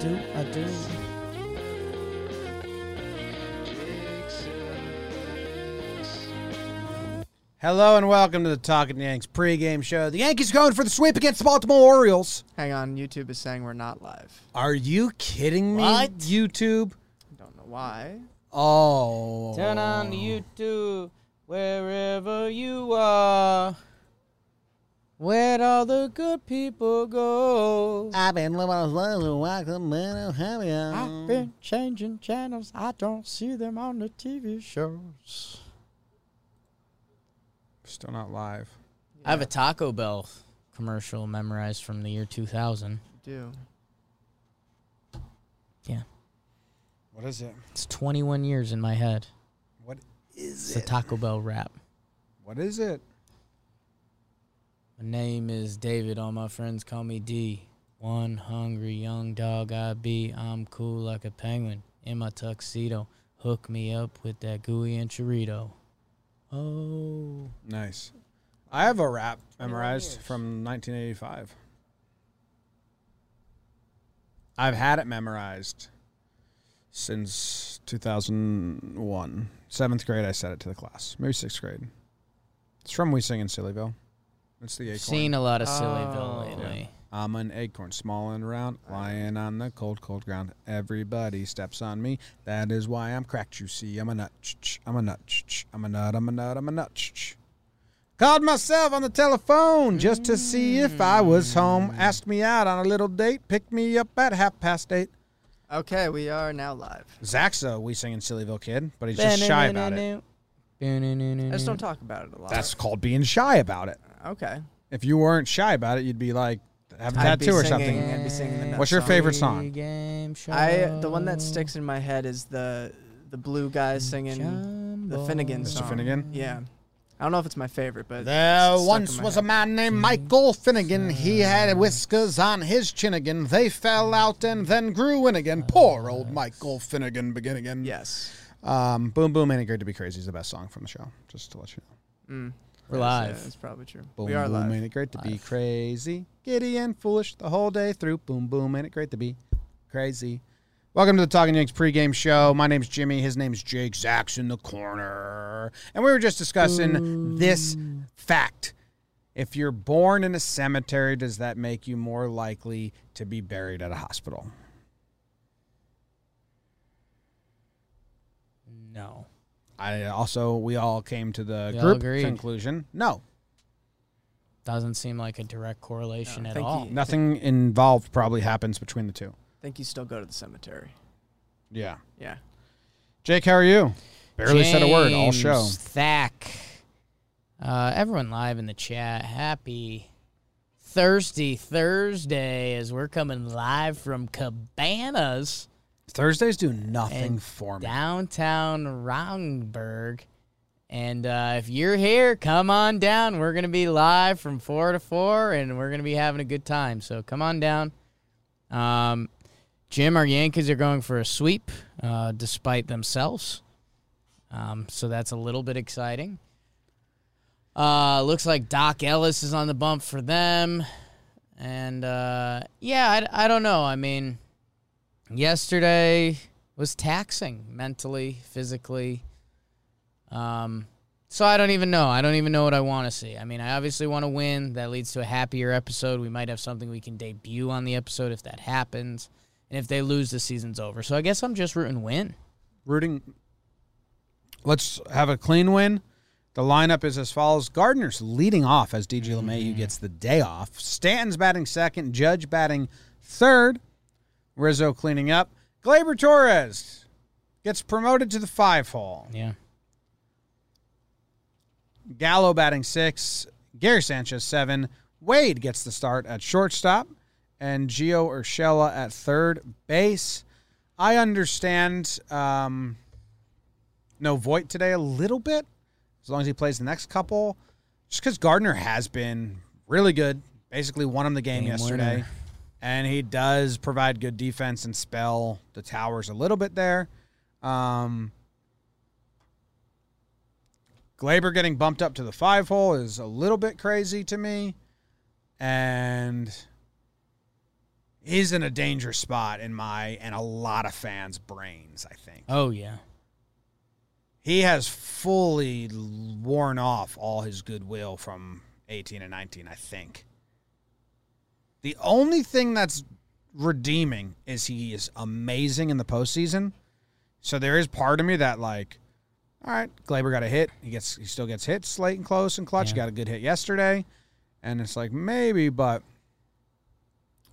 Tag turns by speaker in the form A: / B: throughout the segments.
A: do, I do.
B: Hello and welcome to the Talking Yanks pregame show. The Yankees going for the sweep against the Baltimore Orioles.
C: Hang on, YouTube is saying we're not live.
B: Are you kidding me?
A: What?
B: YouTube?
C: I don't know why.
B: Oh.
A: Turn on YouTube wherever you are. Where'd all the good people go?
B: I've been living a life of man happy. uh,
A: I've been changing channels. I don't see them on the TV shows.
B: Still not live.
D: I have a Taco Bell commercial memorized from the year 2000.
C: Do
B: What is it?
D: It's 21 years in my head.
B: What
D: It's
B: is
D: a
B: it?
D: Taco Bell rap.
B: What is it?
D: My name is David. All my friends call me D. One hungry young dog I be. I'm cool like a penguin in my tuxedo. Hook me up with that gooey and chorito. Oh,
B: Nice. I have a rap memorized from 1985. I've had it memorized since 2001. Seventh grade, I said it to the class. Maybe sixth grade. It's from We Sing in Sillyville. It's the acorn.
D: seen a lot of Sillyville
C: Oh.
D: lately.
B: I'm an acorn, small and round, lying on the cold, cold ground. Everybody steps on me. That is why I'm cracked. You see, I'm a nut. ch-ch, I'm a nut. ch-ch, I'm a nut. I'm a nut. I'm a nut. ch-ch. Called myself on the telephone just to see if I was home.
C: Mm.
B: Asked me out on a little date. Picked me up at half past eight.
C: okay, we are now live.
B: Zaxa, we singing Sillyville Kid, but he's just shy about it.
C: I just don't talk about it a lot.
B: That's called being shy about it.
C: okay.
B: If you weren't shy about it, you'd be like, have a
C: I'd be
B: tattoo or
C: singing-
B: something.
C: I'd be singing the nut
B: What's your
C: song.
B: favorite song?
C: I the one that sticks in my head is the the blue guy singing.
D: the
C: Finnegan
B: Mr.
C: song.
B: Finnegan?
C: Yeah, I don't know if it's my favorite, but
B: There
C: it's stuck
B: once
C: in my
B: was
C: head. Mm.
B: a man named Michael Finnegan. He had whiskers on his chin again. They fell out and then grew in
C: Uh,
B: again. Poor old Michael Finnegan begin again.
C: yes.
B: Um, boom, boom, ain't it great to be crazy is the best song from the show, just to let you know.
C: Mm.
D: We're
C: That's-
D: live.
C: yeah, That's probably true.
B: Boom,
C: we are
B: boom,
C: live.
B: ain't it great to be
D: Live.
B: crazy. Giddy and foolish the whole day through. Boom, boom, ain't it great to be crazy. Welcome to the Talking Yanks pregame show. My name's Jimmy. His name's Jake. Zach's in the corner. And we were just discussing this fact. If you're born in a cemetery, does that make you more likely to be buried at a hospital?
D: No.
B: I also, we all came to the
D: We all
B: group
D: agreed.
B: conclusion. No,
D: Doesn't seem like a direct correlation
C: No,
D: at
C: thank
D: all.
C: you.
B: nothing involved probably happens between the two.
C: think you still go to the cemetery.
B: Yeah.
C: Yeah.
B: Jake, how are you? Barely said a word all show.
D: James Thack. Uh, everyone live in the chat. Happy Thirsty Thursday as we're coming live from Cabanas,
B: Thursdays do nothing
D: And
B: for me.
D: downtown Rongberg. And uh, if you're here, come on down. We're going to be live from 4 to 4, and we're going to be having a good time. So come on down. Um, Jim, our Yankees are going for a sweep uh, despite themselves. Um, so that's a little bit exciting. Uh, looks like Doc Ellis is on the bump for them. And uh, yeah, I, I don't know. I mean, yesterday was taxing mentally, physically. Um, so I don't even know. I don't even know what I want to see. I mean, I obviously want to win. That leads to a happier episode. We might have something we can debut on the episode if that happens. And if they lose, the season's over. So I guess I'm just rooting win.
B: Rooting. Let's have a clean win. The lineup is as follows: Gardner's leading off as DJ LeMayu gets the day off. Stanton's batting second. Judge batting third. Rizzo cleaning up. Glaber Torres gets promoted to the five hole.
D: Yeah.
B: Gallo batting six, Gary Sanchez seven, Wade gets the start at shortstop, and Gio Urshela at third base. I understand um, no Voit today a little bit, as long as he plays the next couple, just because Gardner has been really good. Basically, won him the game,
D: Game
B: yesterday,
D: winner.
B: and he does provide good defense and spell the towers a little bit there. Um, Glaber getting bumped up to the five hole is a little bit crazy to me. And he's in a danger spot in my and a lot of fans' brains. I think
D: Oh yeah.
B: he has fully worn off all his goodwill from 18 and 19. I think the only thing that's redeeming is he is amazing in the postseason. So there is part of me that like, all right, Glaber got a hit. He gets he still gets hits late and close and clutch. He
D: Yeah.
B: got a good hit yesterday, and it's like maybe, but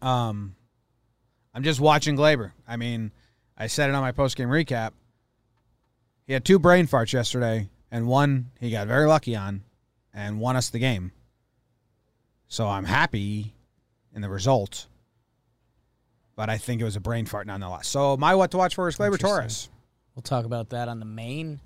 B: um, I'm just watching Glaber. I mean, I said it on my post game recap. He had two brain farts yesterday, and one he got very lucky on, and won us the game. So I'm happy in the result. But I think it was a brain fart nonetheless. So my what to watch for is Glaber
D: Interesting.
B: Torres.
D: We'll talk about that on the main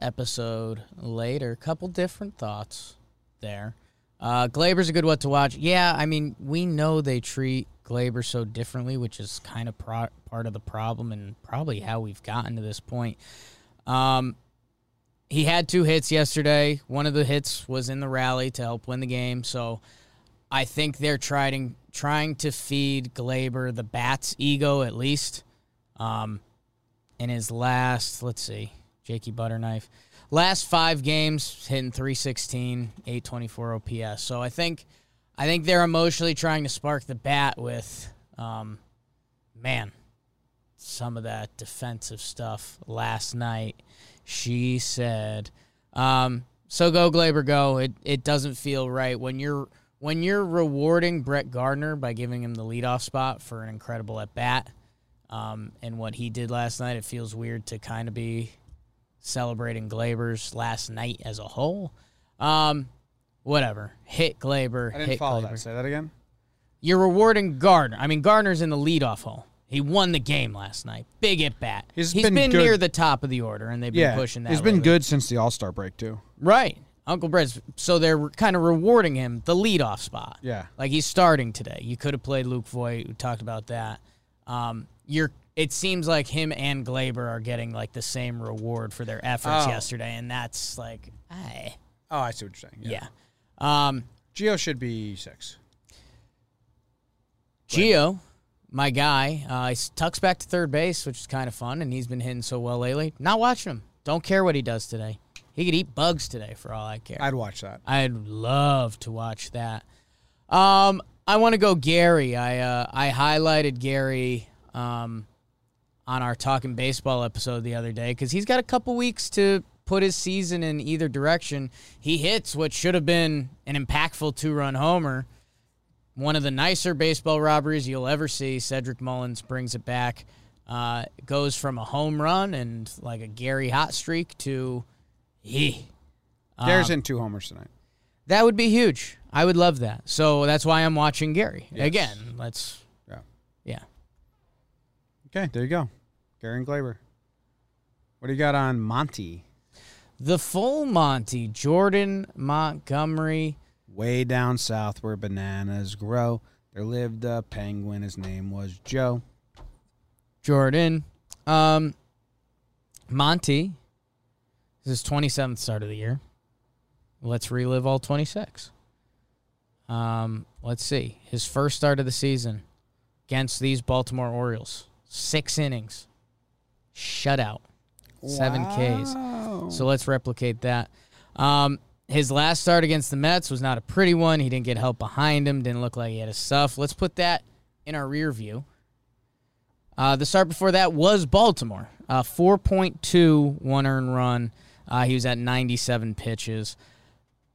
D: episode later. Couple different thoughts there. Uh, Glaber's a good what to watch. Yeah, I mean, we know they treat Glaber so differently, which is kind of pro- part of the problem and probably how we've gotten to this point. Um, he had two hits yesterday. One of the hits was in the rally to help win the game. So I think they're trying trying to feed Glaber the bats ego at least. Um, in his last, let's see, Jakey Butterknife, last five games hitting 316, 824 OPS. So I think, I think they're emotionally trying to spark the bat with, um, man, some of that defensive stuff last night. She said, um, "So go Glaber, go." It it doesn't feel right when you're when you're rewarding Brett Gardner by giving him the leadoff spot for an incredible at bat um, and what he did last night. It feels weird to kind of be celebrating Glaber's last night as a whole. Um, whatever, hit Glaber.
B: I didn't
D: hit
B: follow
D: Glaber
B: that. Say that again.
D: you're rewarding Gardner. I mean, Gardner's in the leadoff hole. He won the game last night. Big at bat.
B: He's
D: he's
B: been
D: been,
B: good.
D: near the top of the order, and they've been
B: Yeah,
D: pushing that.
B: he's been
D: lately.
B: good since the All Star break too.
D: right? Uncle Brett's. So they're kind of rewarding him the leadoff spot.
B: Yeah,
D: Like he's starting today. You could have played Luke Voigt. We talked about that. Um, you're. It seems like him and Glaber are getting like the same reward for their efforts
B: Oh.
D: yesterday, and that's like, I
B: Oh, I see what you're saying. Yeah.
D: yeah. Um,
B: Geo should be six.
D: Gio, my guy, uh, he tucks back to third base, which is kind of fun, and he's been hitting so well lately. Not watching him. Don't care what he does today. He could eat bugs today for all I care.
B: I'd watch that.
D: I'd love to watch that. Um, I want to go Gary. I uh, I highlighted Gary um, on our talking baseball episode the other day because he's got a couple weeks to put his season in either direction. He hits what should have been an impactful two run homer. One of the nicer baseball robberies you'll ever see. Cedric Mullins brings it back. Uh, goes from a home run and like a Gary hot streak to, yeah, Uh,
B: Gary's in two homers tonight.
D: that would be huge. I would love that. So that's why I'm watching Gary. Again, let's
B: Yeah.
D: yeah.
B: Okay, there you go. Gary and Glaber. What do you got on Monty?
D: The full Monty, Jordan Montgomery.
B: Way down south where bananas grow, there lived a penguin. His name was Joe.
D: Jordan. Um Monty. This is twenty seventh start of the year. Let's relive all twenty six. Um, let's see. His first start of the season against these Baltimore Orioles. Six innings. Shutout. Seven Ks.
B: Ks.
D: So let's replicate that. Um, his last start against the Mets was not a pretty one. He didn't get help behind him. Didn't look like he had his stuff. Let's put that in our rear view. Uh, the start before that was Baltimore. Uh, 4.2 one earned run. Uh, he was at 97 pitches.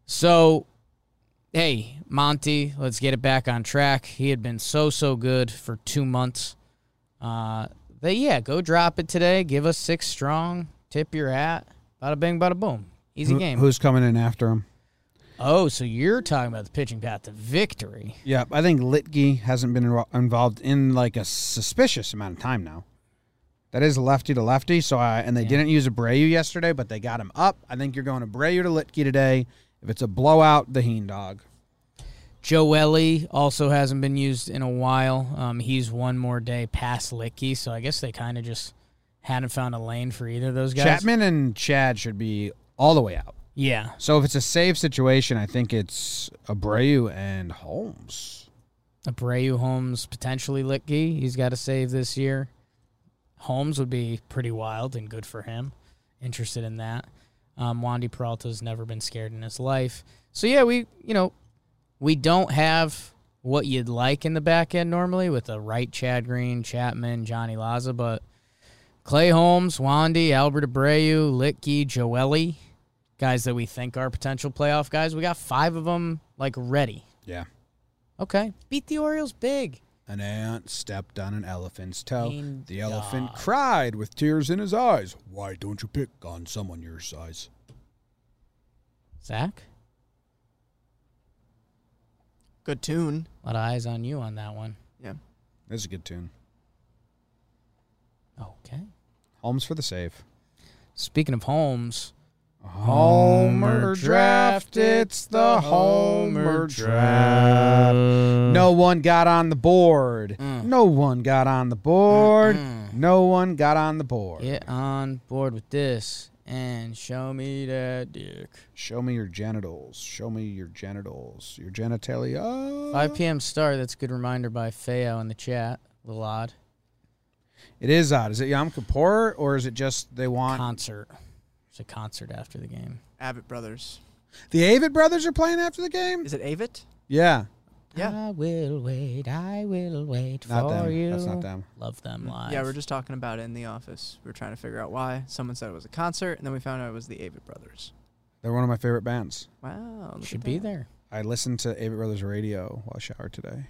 D: So, hey, Monty, let's get it back on track. He had been so, so good for two months. Uh, they, yeah, go drop it today. Give us six strong. Tip your hat. Bada bing, bada boom. Easy game.
B: Who's coming in after him?
D: Oh, so you're talking about the pitching path to victory.
B: Yeah, I think Litke hasn't been inro- involved in like a suspicious amount of time now. That is lefty to lefty. So I, and they didn't use Abreu yesterday, but they got him up. I think you're going Abreu to Litke today. If it's a blowout, the Heen dog.
D: Joelly also hasn't been used in a while. Um, he's one more day past Licky, so I guess they kind of just hadn't found a lane for either of those guys.
B: Chapman and Chad should be all the way out.
D: Yeah.
B: So if it's a save situation, I think it's Abreu and Holmes.
D: Abreu, Holmes, potentially Litke. He's got to save this year. Holmes would be pretty wild and good for him. Interested in that. Um, Wandy Peralta's never been scared in his life. So yeah, we you know we don't have what you'd like in the back end normally with the right Chad Green, Chapman, Johnny Laza, but Clay Holmes, Wandy, Albert Abreu, Litke, Joelly, guys that we think are potential playoff guys. We got five of them like ready.
B: Yeah.
D: Okay, beat the Orioles big.
B: An ant stepped on an elephant's toe.
D: Mean
B: the elephant
D: dog.
B: cried with tears in his eyes. Why don't you pick on someone your size?
D: Zach,
C: Good tune.
D: a lot of eyes on you on that one.
C: Yeah.
B: That's a good tune.
D: Okay.
B: Holmes for the save.
D: Speaking of Holmes,
B: Homer draft, it's the Homer draft. No one got on the board. No one got on the board. No one got on the board.
D: get on board with this and show me that dick.
B: Show me your genitals. Show me your genitals. Your genitalia.
D: 5 p.m. start. That's a good reminder by Feo in the chat. A little odd.
B: It is odd. Is it Yom Kippur or is it just they want
D: Concert. There's a concert after the game.
C: Abbott Brothers.
B: the Avid brothers are playing after the game?
C: Is it Avett?
B: Yeah,
C: Yeah.
D: I will wait. I will wait
B: not
D: for
B: them.
D: you.
B: That's not them.
D: Love them live.
C: Yeah, we are just talking about it in the office. We are trying to figure out why. Someone said it was a concert, and then we found out it was the Avett Brothers.
B: They're one of my favorite bands.
C: Wow. look
D: should
C: at
D: be
C: that.
D: there.
B: I listened to Avid Brothers radio while I showered today.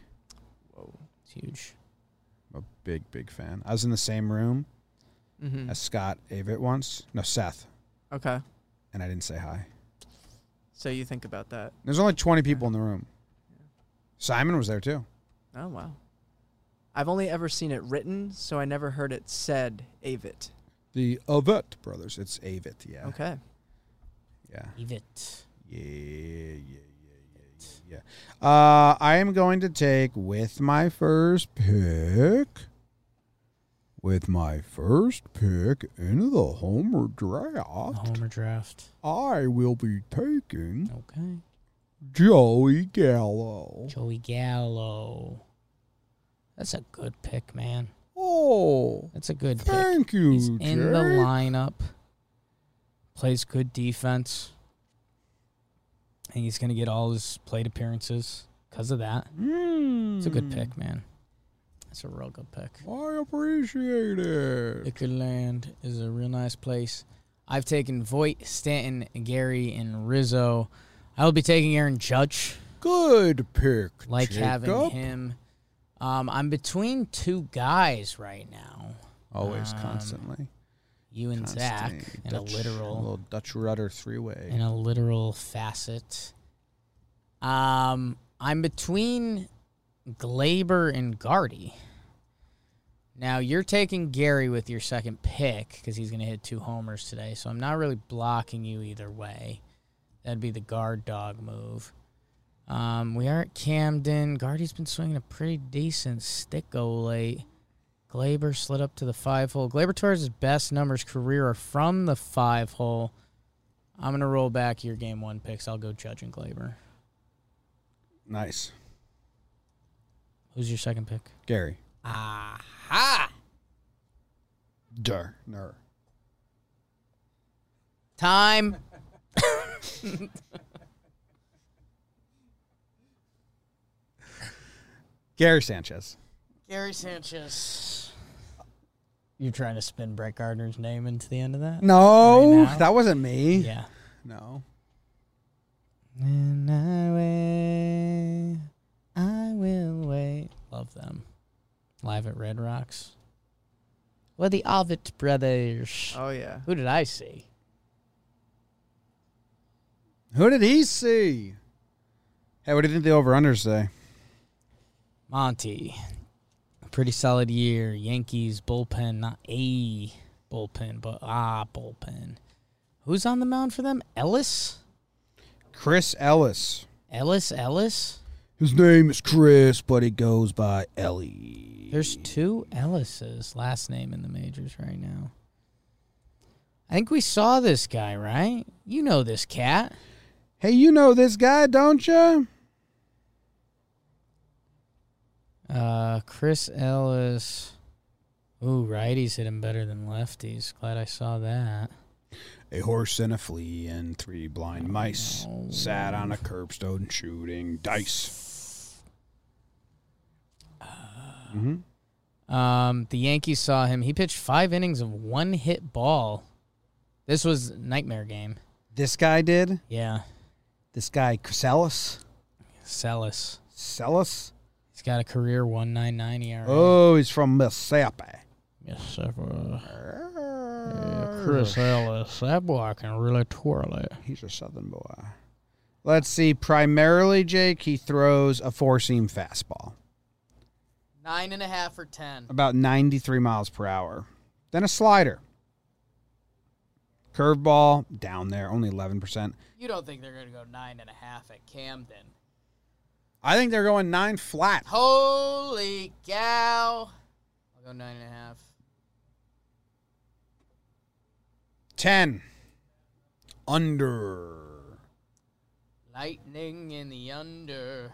C: Whoa.
D: It's huge.
B: I'm a big, big fan. I was in the same room
C: hmm
B: as Scott Avid once. No, Seth,
C: Okay.
B: and I didn't say hi.
C: So you think about that.
B: There's only 20 people in the room. Simon was there too.
C: Oh, wow. I've only ever seen it written, so I never heard it said Avett.
B: The Avet brothers. It's Avid. Yeah.
C: Okay.
B: Yeah.
D: Leave it.
B: Yeah. Yeah. Yeah. Yeah. yeah. Uh, I am going to take with my first pick. With my first pick in the Homer
D: The
B: draft,
D: Homer draft.
B: I will be taking
D: Okay.
B: Joey Gallo.
D: Joey Gallo. That's a good pick, man.
B: Oh,
D: That's a good pick.
B: thank you,
D: He's in the
B: Jake.
D: lineup. Plays good defense. And he's going to get all his plate appearances because of that. It's a good pick, man. It's a real good pick.
B: Hmm. I appreciate it.
D: Ickerland is a real nice place. I've taken Voigt, Stanton, Gary, and Rizzo. I will be taking Aaron Judge.
B: Good pick.
D: Like having
B: Jacob.
D: him. Um, I'm between two guys right now.
B: Always,
D: Um,
B: constantly.
D: You and Zach,
B: Constantly.
D: and a
B: Dutch-
D: literal.
B: little Dutch rudder three way.
D: in a literal facet. Um, I'm between Glaber and Guardy. Now you're taking Gary with your second pick because he's going to hit two homers today, so I'm not really blocking you either way. That'd be the guard dog move. Um, we are at Camden. Guardy's been swinging a pretty decent stick go late. Glaber slid up to the five hole. Glaber Torres' best numbers career are from the five hole. I'm gonna roll back your game one picks. I'll go Judge and Glaber.
B: Nice,
D: Who's your second pick?
B: Gary.
D: Aha!
B: Dur, ner.
D: Time.
B: Gary Sanchez.
D: Gary Sanchez. You're trying to spin Brett Gardner's name into the end of that?
B: No,
D: Right now?
B: that wasn't me.
D: Yeah.
B: No.
D: And I wait. I will wait. Love them. Live at Red Rocks. Well, the Ovid brothers.
C: Oh, yeah.
D: Who did I see?
B: Who did he see? Hey, what do you think the over unders say?
D: Monty, a pretty solid year. Yankees bullpen, not a bullpen, but ah bullpen. Who's on the mound for them? Ellis,
B: Chris Ellis.
D: Ellis, Ellis.
B: His name is Chris, but he goes by Ellie.
D: There's two Ellis's last name in the majors right now. I think we saw this guy, right? You know this cat.
B: Hey, you know this guy, don't you?
D: Uh, Chris Ellis. Ooh, righties hit him better than lefties. Glad I saw that.
B: A horse and a flea and three blind mice sat on a curbstone shooting dice.
D: Um, the Yankees saw him. He pitched five innings of one hit ball. This was nightmare game.
B: This guy did.
D: Yeah,
B: This guy Celis.
D: Celis.
B: Celis.
D: He's got a career one nine nine E ERA.
B: Oh, he's from Mississippi.
D: Yes, sir. Chris Ellis. That boy can really twirl it.
B: He's a Southern boy. Let's see. Primarily, Jake, he throws a four seam fastball,
D: Nine and a half or ten.
B: about 93 miles per hour. Then a slider. Curveball down there, only 11%.
D: You don't think they're going to go nine and a half at Camden?
B: I think they're going nine flat.
D: Holy cow! I'll go nine and a half.
B: 10. Under.
D: Lightning in the under.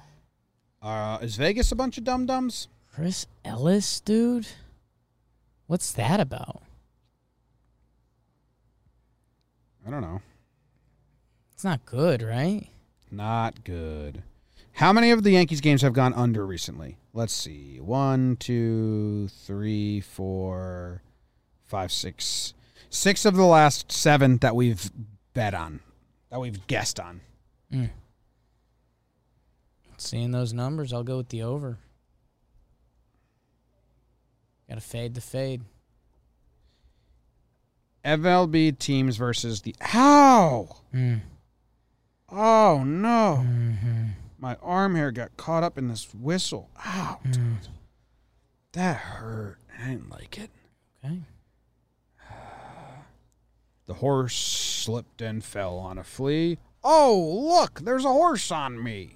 B: Uh, is Vegas a bunch of dum dums?
D: Chris Ellis, dude? What's that about?
B: I don't know.
D: It's not good, right?
B: Not good. How many of the Yankees games have gone under recently? Let's see. One, two, three, four, five, six. Six of the last seven that we've bet on, that we've guessed on.
D: Hmm. Seeing those numbers, I'll go with the over. Gotta fade the fade.
B: MLB teams versus the. Ow! Oh, no. My arm hair got caught up in this whistle. Ow, dude. That hurt. I didn't like it.
D: Okay.
B: The horse slipped and fell on a flea. Oh, look, there's a horse on me.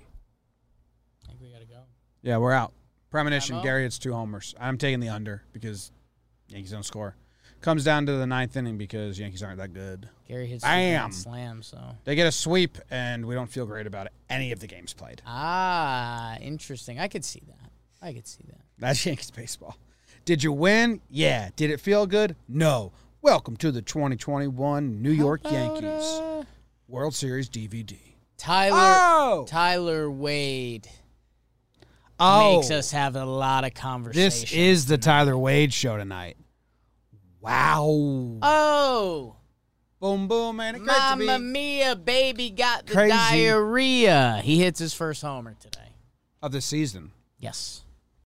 D: I think we gotta go.
B: Yeah, we're out. Premonition,
D: I'm out.
B: Gary, it's two homers. I'm taking the under because Yankees don't score. Comes down to the ninth inning because Yankees aren't that good.
D: Gary hits
B: Bam.
D: the slam, so.
B: They get a sweep, and we don't feel great about it. Any of the games played.
D: Ah, interesting. I could see that. I could see that.
B: That's Yankees baseball. Did you win? Yeah. Did it feel good? No. Welcome to the 2021 New York Yankees
D: Uh,
B: World Series DVD.
D: Tyler
B: Oh,
D: Tyler Wade
B: oh.
D: makes us have a lot of conversation.
B: This is the Tyler Wade show tonight. Wow.
D: Oh,
B: boom, boom, man. It's great to be-
D: Mamma Mia, baby got the
B: Crazy.
D: diarrhea. He hits his first homer today.
B: Of the season.
D: Yes.